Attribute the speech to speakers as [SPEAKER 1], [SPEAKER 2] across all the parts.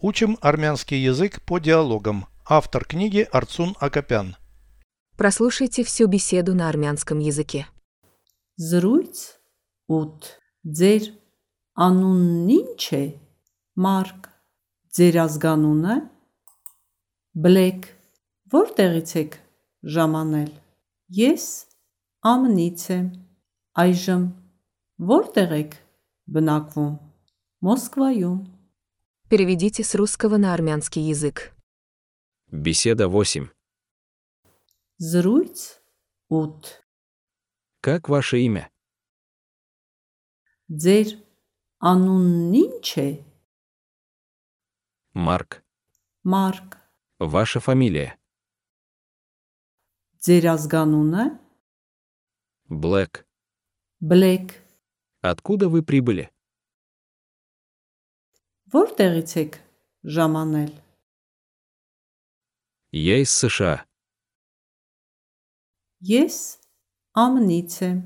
[SPEAKER 1] Учим армянский язык по диалогам. Автор книги Арцун Акопян.
[SPEAKER 2] Прослушайте всю беседу на армянском языке.
[SPEAKER 3] Զրույց 8 Ձեր անունն ի՞նչ է։ Մարկ Ձեր ազգանունը։ Բլեք Որտեղից եք ժամանել։ Ես ԱՄՆ-ից եմ։ Այժմ որտեղ եք բնակվում։ Մոսկվայում։
[SPEAKER 2] Переведите с русского на армянский язык.
[SPEAKER 4] Беседа 8.
[SPEAKER 3] Զրույց 8
[SPEAKER 4] Как ваше имя?
[SPEAKER 3] Ձեր անունն ի՞նչ է։
[SPEAKER 4] Марк.
[SPEAKER 3] Մարկ
[SPEAKER 4] Ваша фамилия?
[SPEAKER 3] Ձեր ազգանունը։
[SPEAKER 4] Блэк.
[SPEAKER 3] Բլեք
[SPEAKER 4] Откуда вы прибыли?
[SPEAKER 3] Որտեղից եք ժամանել։
[SPEAKER 4] Я из США.
[SPEAKER 3] Ես ԱՄՆ-ից եմ։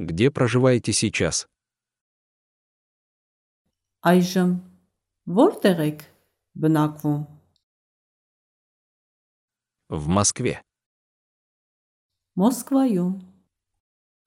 [SPEAKER 4] Где проживаете сейчас?
[SPEAKER 3] Այժմ որտեղ եք բնակվում։
[SPEAKER 4] В Москве.
[SPEAKER 3] Մոսկվայում։